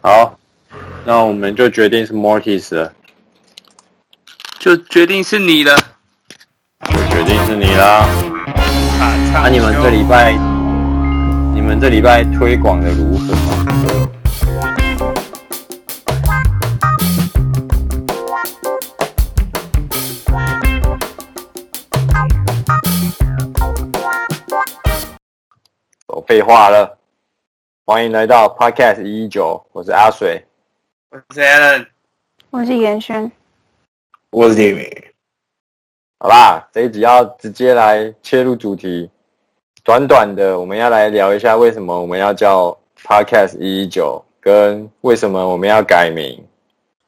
好，那我们就决定是 Mortis 了，就决定是你了。就决定是你啦。那、啊你们这礼拜，你们这礼拜推广的如何？我废话了，欢迎来到 Podcast 一一九，我是阿水，我是 Alan，我是严轩，我是 Jimmy，好啦，这一集要直接来切入主题，短短的，我们要来聊一下为什么我们要叫 Podcast 一一九，跟为什么我们要改名。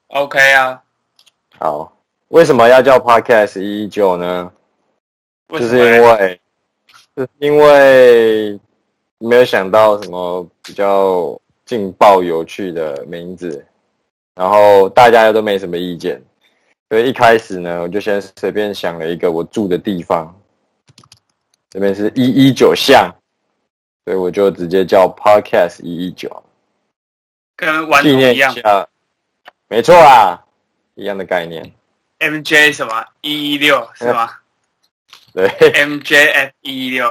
OK 啊？好，为什么要叫 Podcast 一一九呢？为就是什么因嘞为，就是因为没有想到什么比较劲爆有趣的名字，然后大家又都没什么意见，所以一开始呢，我就先随便想了一个我住的地方，这边是一一九巷，所以我就直接叫 Podcast 一一九，跟玩偶纪念一一样下，没错啦，一样的概念， ，MJ 什么一一六是吗对。 ？MJF 一一六，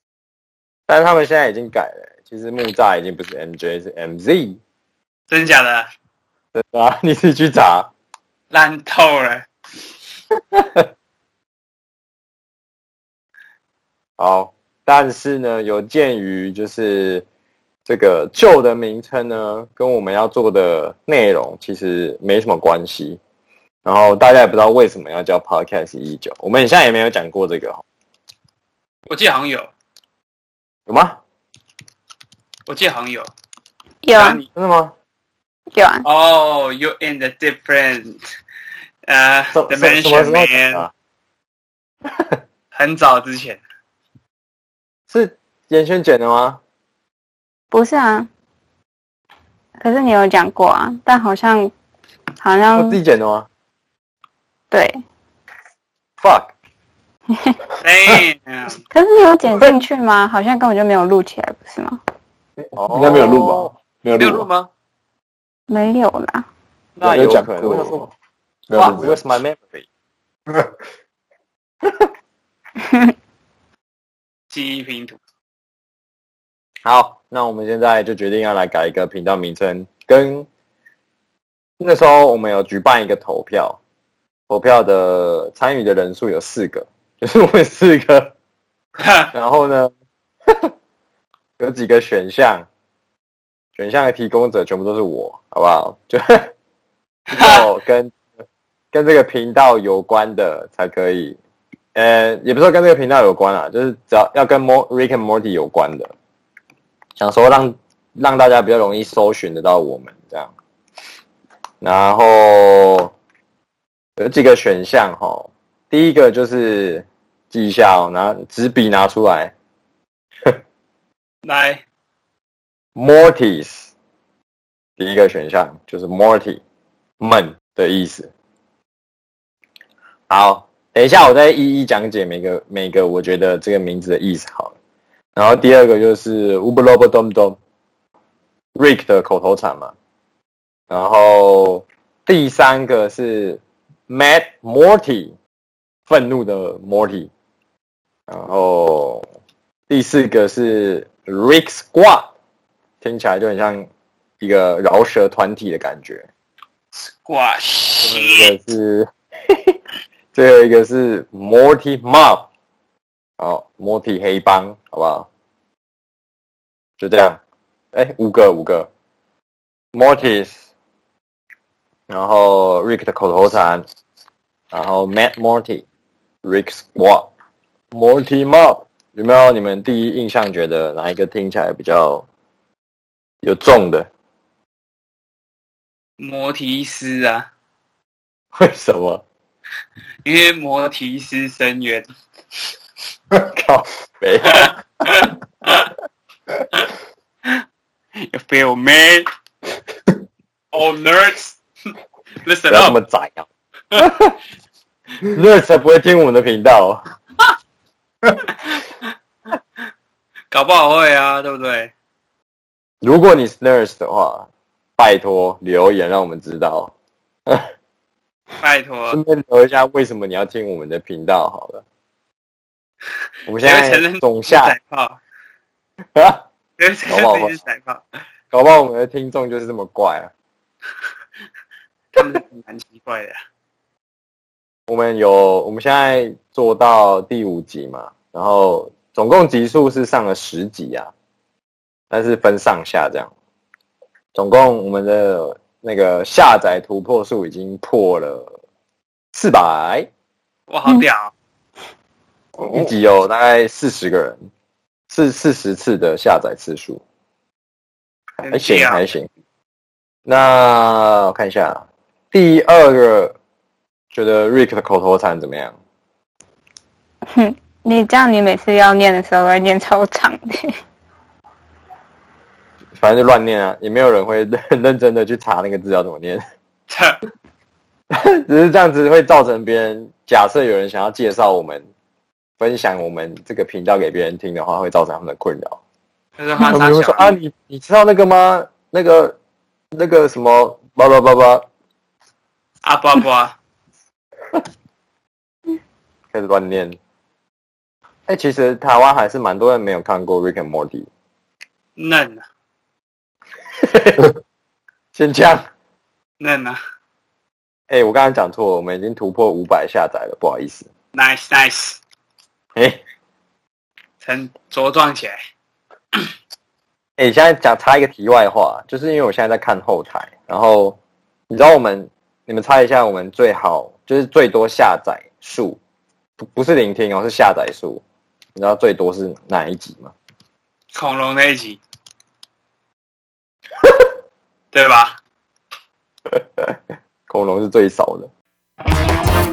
但是他们现在已经改了，其实木栅已经不是 MJ 是 MZ，真假的真的啊， 你自己去查。烂透了。好，但是呢，有鉴于就是这个旧的名称呢，跟我们要做的内容其实没什么关系。然后大家也不知道为什么要叫 Podcast 一九，我们现在也没有讲过这个，我记得好像有，有吗？我记得好像有。有那啊你真的吗？有啊，哦、y o u r e in the different 呃、什什什么时候讲 dimension man，、的啊？很早之 前。是严轩剪的吗？不是啊，可是你有讲过啊，但好像好嗯我像哦自己剪的吗对， ？Fuck！ Damn，可是你有剪进去吗？好像根本就没有录起来，不是吗？应该没有录哦吧？没有哦没有录录吧，吗？没有啦，那有有讲可能。过我想说没有 Fuck 录没有录 with my memory。记忆拼图。 好，那我们现在就决定要来改一个频道名称，跟那时候我们有举办一个投票，投票的参与的人数有四个，就是我们四个， 然后呢，有几个选项，选项的提供者全部都是我，好不好？就只有跟跟这个频道有关的才可以，呃，也不是说跟这个频道有关啊，就是只要要跟 Mo Rick and Morty 有关的，想说让让大家比较容易搜寻得到我们这样。然后有几个选项哈，第一个就是记一下哦，拿纸笔拿出来来， ，Mortis，第一个选项就是 Morty 们的意思。好，等一下我再一一讲解每个每个我觉得这个名字的意思好了。然后第二个就是 u b l o b d o m d o m Rick 的口头禅嘛。然后第三个是 Mad Morty，愤怒的 Morty。然后第四个是 Rick Squad，听起来就很像一个饶舌团体的感觉。哇这个西，是， 最后一个是 Morty Mob，好，Morty 黑帮，好不好？就这样，哎、五个五个，Mortis，然后 Rick 的口头禅，然后 Matt Morty，Rick Squad，Morty Mob，有没有你们第一印象觉得哪一个听起来比较有重的？摩提斯啊，为什么？ 因为摩提斯深渊。靠 北， You feel me? All nerds, listen 不要这 up. 么窄啊！ 那才不会听我们的频道哦。搞不好会啊，对不对？如果你是 nurse 的话，拜托留言让我们知道，拜托，顺便留一下为什么你要听我们的频道好了。我们现因为承在认总下 甩炮，啊，对，这好不好是一直甩炮， 搞不好我们的听众就是这么怪啊。他们都蛮奇怪的。我们有，我们现在做到第五集嘛，然后总共集数是上了十集啊，但是分上下这样。总共我们的那个下载突破数已经破了四百，哇，好屌！啊一集有大概四十个人，是四十次的下载次数，还很行屌还行。那我看一下第二个，觉得 Rick 的口头禅怎么样？你这样，你每次要念的时候会念超长的。 反正就乱念啊，也没有人会 很认真的去查那个字要怎么念， 这只是这样子会造成别人假设有人想要介绍我们，分享我们这个频道给别人听的话，会造成他们的困扰。就是花他沙们就会小说啊，你你知道那个吗？那个那个什么叭叭叭叭，阿波波，开始乱念。哎、其实台湾还是蛮多人没有看过《Rick and Morty》，嫩啊先这样。嫩啊哎、我刚刚讲错了，我们已经突破五百下载了，不好意思。 ，nice nice，哎、成茁壮起来。哎、现在讲插一个题外话，就是因为我现在在看后台，然后你知道我们，你们猜一下，我们最好就是最多下载数，不不是聆听哦，是下载数。你知道最多是哪一集吗？恐龙那 一集，对吧？恐龙是最少的。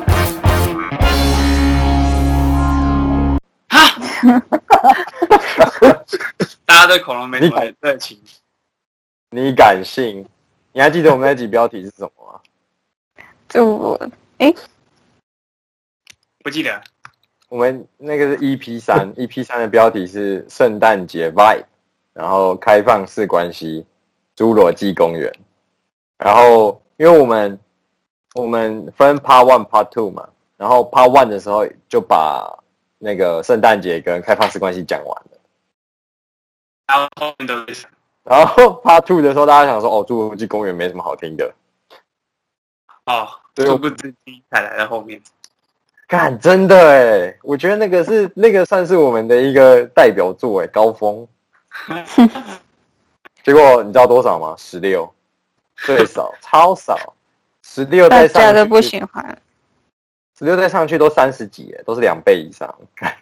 大家对恐龙没什么热情，你敢信？你还记得我们那集标题是什么吗？祝我不记得我们那个是 EP 三，EP 三的标题是圣诞节 Vibe，然后开放式关系，侏罗纪公园。然后因为我们我们分 Part One、Part Two 嘛，然后 Part One 的时候就把那个圣诞节跟开放式关系讲完了。然后后面都是然后 Part Two 的时候，大家想说哦，侏罗纪公园没什么好听的，哦，对殊不知第一才来到后面，干真的哎，我觉得那个是那个算是我们的一个代表作哎，高峰。结果你知道多少吗？十六，最少，超少，十六大再家上都去不喜欢。十六再上去都三十几耶，都是两倍以上。干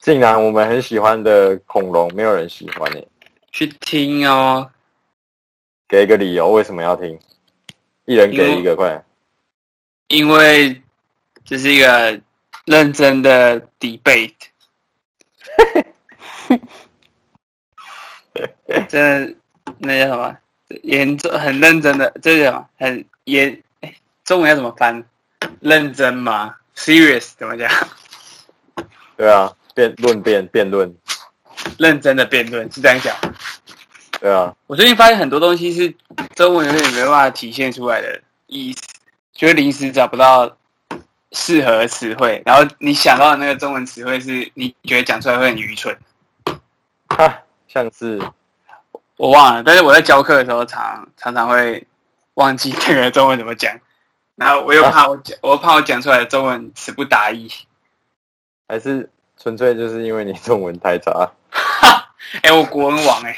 竟然我们很喜欢的恐龙，没有人喜欢耶，去听哦，给一个理由为什么要听？一人给一因个，快！因为这是一个认真的 debate。这那叫什么？严重很认真的，这叫什么？很严，哎中文要怎么翻？认真吗？serious 怎么讲？对啊，辩论辩辩论，认真的辩论是这样讲。对啊，我最近发现很多东西是中文有点没办法体现出来的意思，就会临时找不到适合的词汇，然后你想到的那个中文词汇是你觉得讲出来会很愚蠢。哈，像是我忘了，但是我在教课的时候常常常会忘记这个中文怎么讲，然后我又怕我讲，我又怕我讲出来的中文词不达意。还是纯粹就是因为你中文太差。 哎、我国文王哎、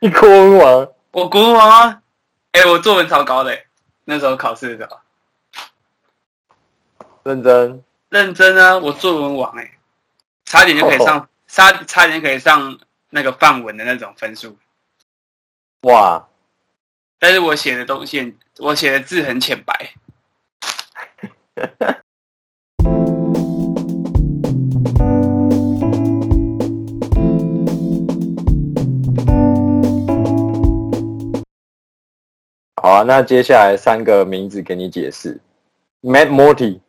你国文王，我国文王啊，哎、我作文超高的、欸，那时候考试的时候认真认真啊，我作文王哎、差点就可以上，差差点可以上那个范文的那种分数，哇！但是我写的东西很，我写的字很浅白，好啊，那接下来三个名字给你解释。Matt Morty。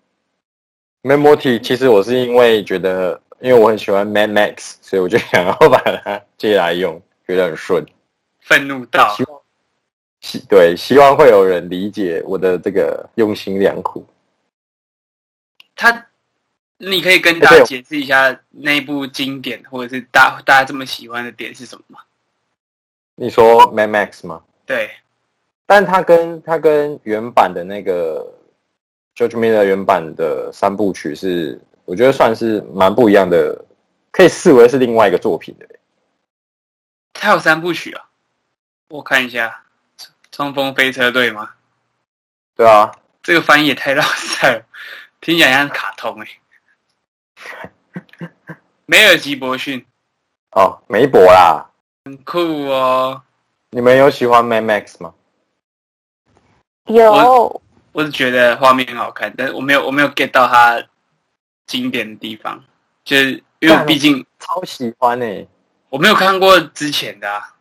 Matt Morty，其实我是因为觉得，因为我很喜欢 Mad Max，所以我就想要把它借来用，觉得很顺。愤怒到希望希对，希望会有人理解我的这个用心良苦。他，你可以跟大家解释一下那部经典，或者是大大家这么喜欢的点是什么吗？你说 Mad Max 吗？对，但它跟它跟原版的那个 George Miller 原版的三部曲是，我觉得算是蛮不一样的，可以视为是另外一个作品的。他有三部曲啊，我看一下，《冲锋飞车队》吗？对啊，这个翻译也太绕塞了，听起来像卡通哎、梅尔吉伯逊哦，梅博啦，很酷哦，你们有喜欢 Mad Max 吗？有我我只觉得画面很好看，但是我没有我没有 get 到它经典的地方，就是因为我毕竟超喜欢呢、欸我没有看过之前的啊，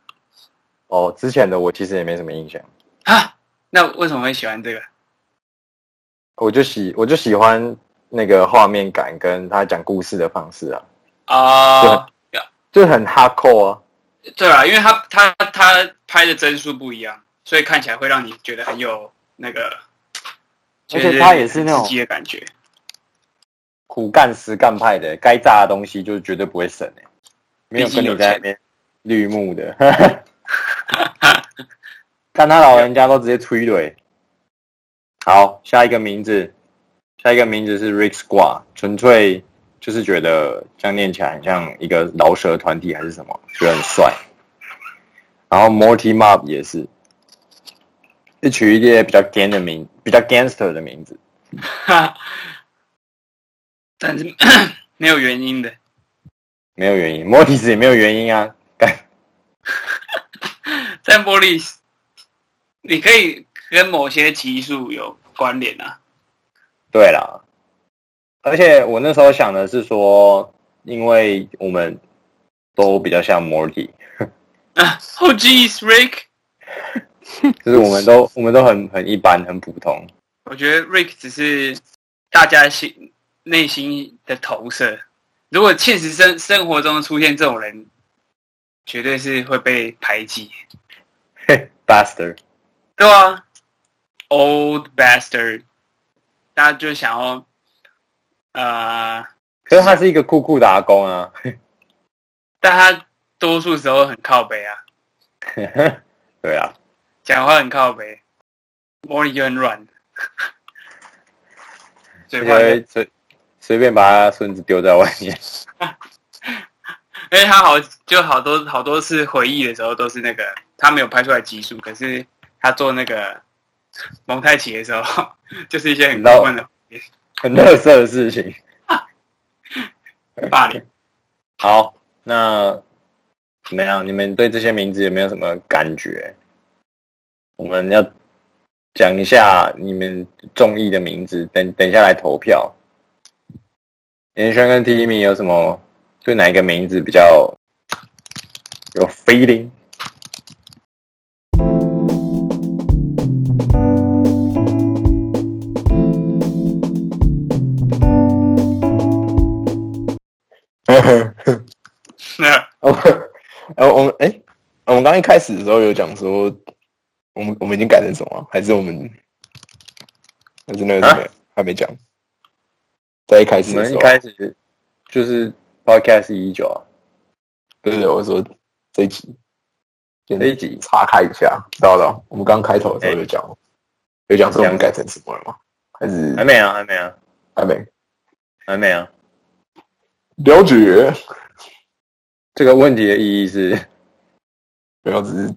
哦，之前的我其实也没什么印象，啊那为什么会喜欢这个？我就喜我就喜欢那个画面感跟他讲故事的方式啊，啊、就很 hardcore 啊。对啊，因为他他他拍的帧数不一样，所以看起来会让你觉得很有那个，而且就是他也是那种很刺激的感觉。苦干实干派的，该炸的东西就是绝对不会省哎、没有跟你在那边绿幕的，看他老人家都直接催泪。好，下一个名字，下一个名字是 Rick Squad，纯粹就是觉得这样念起来很像一个饶舌团体还是什么，觉得很帅。然后 Morty Mob 也是，是取一些比较 gang 的名，比较 gangster 的名字。但是 没有原因的，没有原因，莫里斯也没有原因啊。干，但玻璃你可以跟某些级数有关联啊。 对啦，而且我那时候想的是说，因为我们都比较像 Morty，啊，Oh geez, Rick，就是我们都我们都很很一般，很普通。 我觉得 Rick 只是大家心内心的投射。如果现实生生活中出现这种人，绝对是会被排挤。嘿，Bastard，对啊，old bastard，大家就想要，呃，可是他是一个酷酷的阿公啊。 但他多数时候很靠北啊，对啊，讲话很靠北，摸你就很软，嘴因巴就，为随随便把他孙子丢在外面。因为他好就好多好多次回忆的时候都是那个他没有拍出来集数，可是他做那个蒙太奇的时候， 就是一些很过分的很乐色的事情。霸凌。好，那怎么样？你们对这些名字有没有什么感觉？我们要讲一下你们中意的名字，等等一下来投票。严轩跟 T 米有什么对哪一个名字比较有 feeling？ 那 哦，然后我们哎、我们刚一开始的时候有讲说，我们我们已经改成什么啊？还是我们还是那个什么、啊还没讲？在一开我始的们时一候，开始就是 podcast 一九啊，对对对，我说这一集先这一集岔开一下，知道了。我们刚开头的时候有讲，有讲说我们改成什么了吗？还是还没啊，还没啊，还没还没啊。了解？这个问题的意义是， 不要只是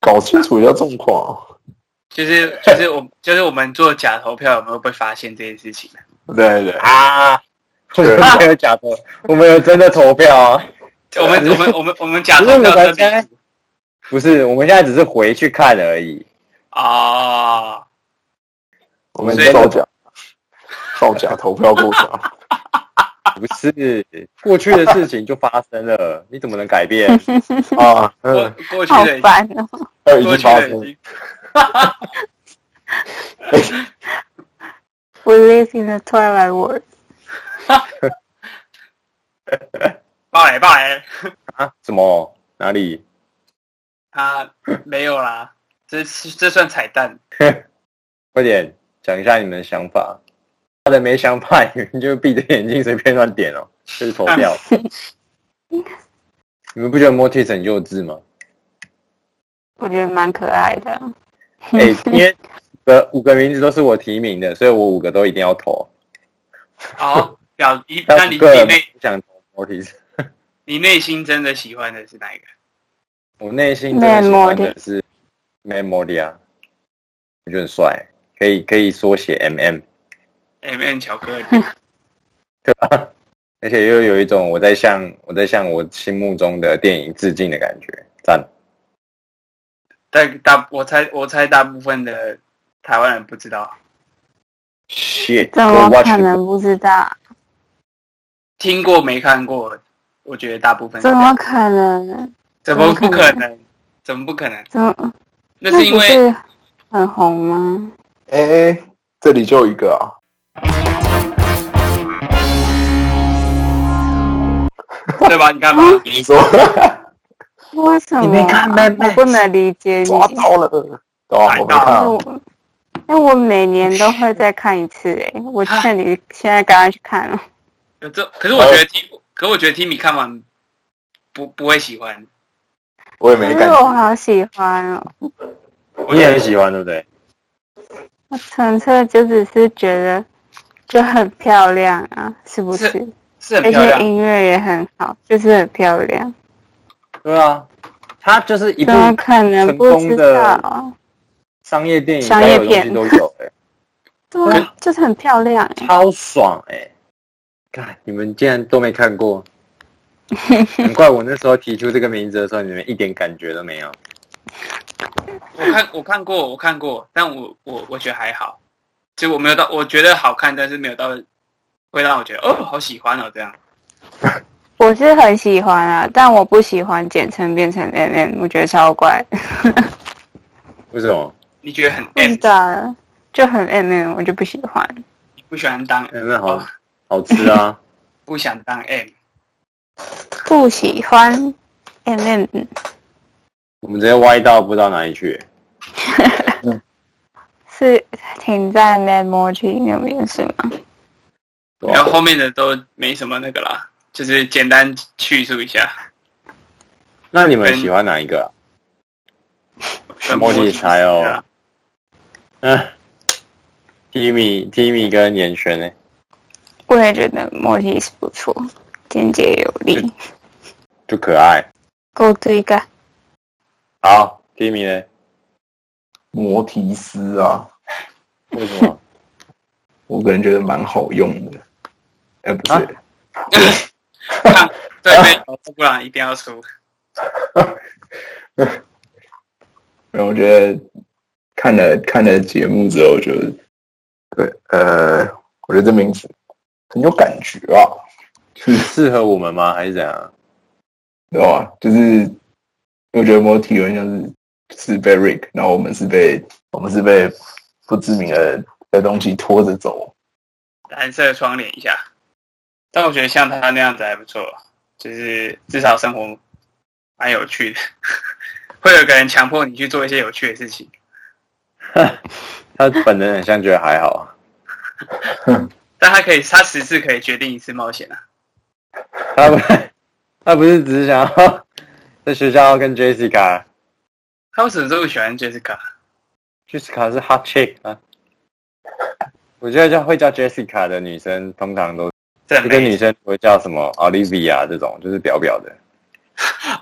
搞清楚一下状况啊。就是就是我就是我们做假投票有没有被发现这件事情呢？对对对，啊，我们没有假投，我们有真的投票啊。我们我们我们我们假投不是我票们的现在不是，我们现在只是回去看而已。哦，我们所以造假，造假投票过假。啊不是，过去的事情就发生了，你怎么能改 变？啊，过嗯，过去好的已经烦哦。 那已过去经发的已生，经 We live in the twilight world。爆雷爆雷，啊？什么？哪里？他没有啦，这这算彩蛋。快点讲一下你们的想法。他的没想法，你们就闭着眼睛随便乱点哦，这是投啊票。 你们不觉得 Mortis 很幼稚 吗？我觉得蛮可爱的。哎、因为呃五个名字都是我提名的，所以我五个都一定要投。哦好， 表你但那你我个你人内不想投 Mortis，你内心真的喜欢的是哪一个？我内心真的喜欢的是 Memoria，我觉得很帅，可以可以缩写 MM， M N 巧克力，而且又有一种我在向我在向我心目中的电影致敬的感觉，赞。但大我猜我猜大部分的台湾人不知道， Shit，怎 go 么 watch 可 it 能不知道？听过没看过，我觉得大部分是怎么可能？怎么不可能？怎么不可能？怎么？那是因不为是很红吗？哎、这里就有一个啊，对吧？你看吧，嗯你说为什么？你没看 Mad Max 我不能理解你。 抓到了，懂啊？我没看啊，我，那我每年都会再看一次哎、我劝你现在赶快去看哦了。有这可是我觉得 T，可我觉得 T 米看完不不会喜欢，我也可没是看。我好喜欢哦，你也很喜欢对不对？我纯粹就只是觉得就很漂亮啊，是不是？是是很而漂且亮。啊音乐也很好，就是很漂亮。对啊，它就是一部怎么可能不知道啊？商业电影，商业片该有的东西都 有、欸，对啊，就是很漂亮哎、超爽哎、欸！看你们竟然都没看过， 难怪我那时候提出这个名字的时候，你们一点感觉都没有。我看我看过，我看过，但我我我觉得还好，就我没有到，我觉得好看，但是没有到会让我觉得哦，好喜欢哦这样。我是很喜欢啊，但我不喜欢简称变成 M M，我觉得超怪，为什么？你觉得很不知 M，道啊就很 M M，我就不喜欢。你不喜欢当因为好好吃啊！不想当 M，不喜欢 M M，我们直接歪到不知道哪里去、是停在 Mad Morty 那边是吗？对然后啊后面的都没什么那个啦，就是简单叙述一下。那你们喜欢哪一个、啊？莫莉才哦。啊嗯、，Timmy、Timmy 跟严轩呢？我也觉得 Morty 是不错，简洁有力，就可爱。够对个。好，Timmy 呢？摩提斯啊，为什么？ 我个人觉得蛮好用的。哎、不啊是， 看对面不然一定要输。然后我觉得看了看了节目之后就，对，呃，我觉得这名字很有感觉啊，适合我们吗？还是怎样？ 知道吧？就是我觉得摩提有点像是是被 Rick，然后我们是被我们是被不知名的的东西拖着走，蓝色窗帘一下。但我觉得像他那样子还不错，就是至少生活蛮有趣的， 会有个人强迫你去做一些有趣的事情。他本人很像觉得还好啊，但他可以，他十次可以决定一次冒险啊。他不他不是只是想要在学校跟 Jessica。他为什么这么喜欢 Jessica？ Jessica 是 hot chick 啊。我觉得叫会叫 Jessica 的女生，通常都 这这个没女生不会叫什么 Olivia 这种，就是表表的，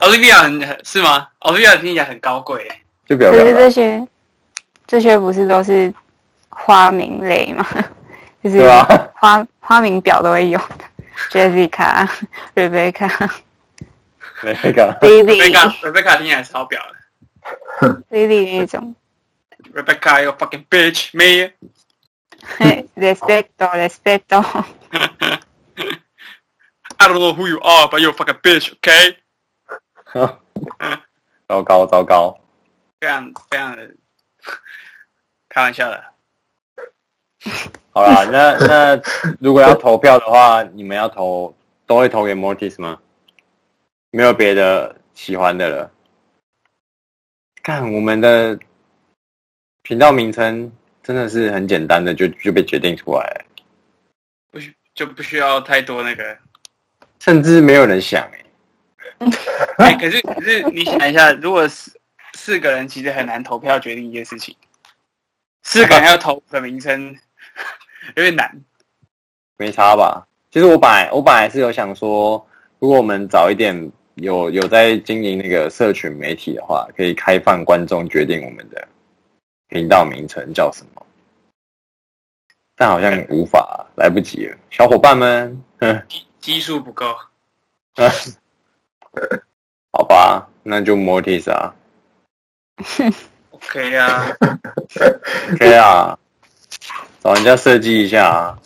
Olivia 很是吗？Olivia 听起来很高贵欸，就表可表是这的。些这些不是都是花名类吗？ 就是对啊花、花名表都 会有的，Jessica、Rebecca、 没那个 Lily、 Rebecca Rebecca 听起来超表的 Lily 那种。 Rebecca 又 fucking bitch me。 嘿 respecto, respecto。 I don't know who you are, but you fucking bitch. OK，糟糕糟糕，非常非常的开玩笑的。好啦，那那如果要投票的话，你们要投都会投给 Mortis 吗？没有别的喜欢的了。看我们的频道名称真的是很简单的就就被决定出来了，不需就不需要太多那个。甚至没有人想、欸、哎、可是可是你想一下，如果四四个人其实很难投票决定一件事情，四个人要投的名称 有点难。没差吧？其实我本来我本来是有想说，如果我们早一点有有在经营那个社群媒体的话，可以开放观众决定我们的频道名称叫什么，但好像无法，来不及了，小伙伴们， 哼，基数不够，好吧，那就 Mortis 啊， OK 啊，可以啊，找人家设计一下啊，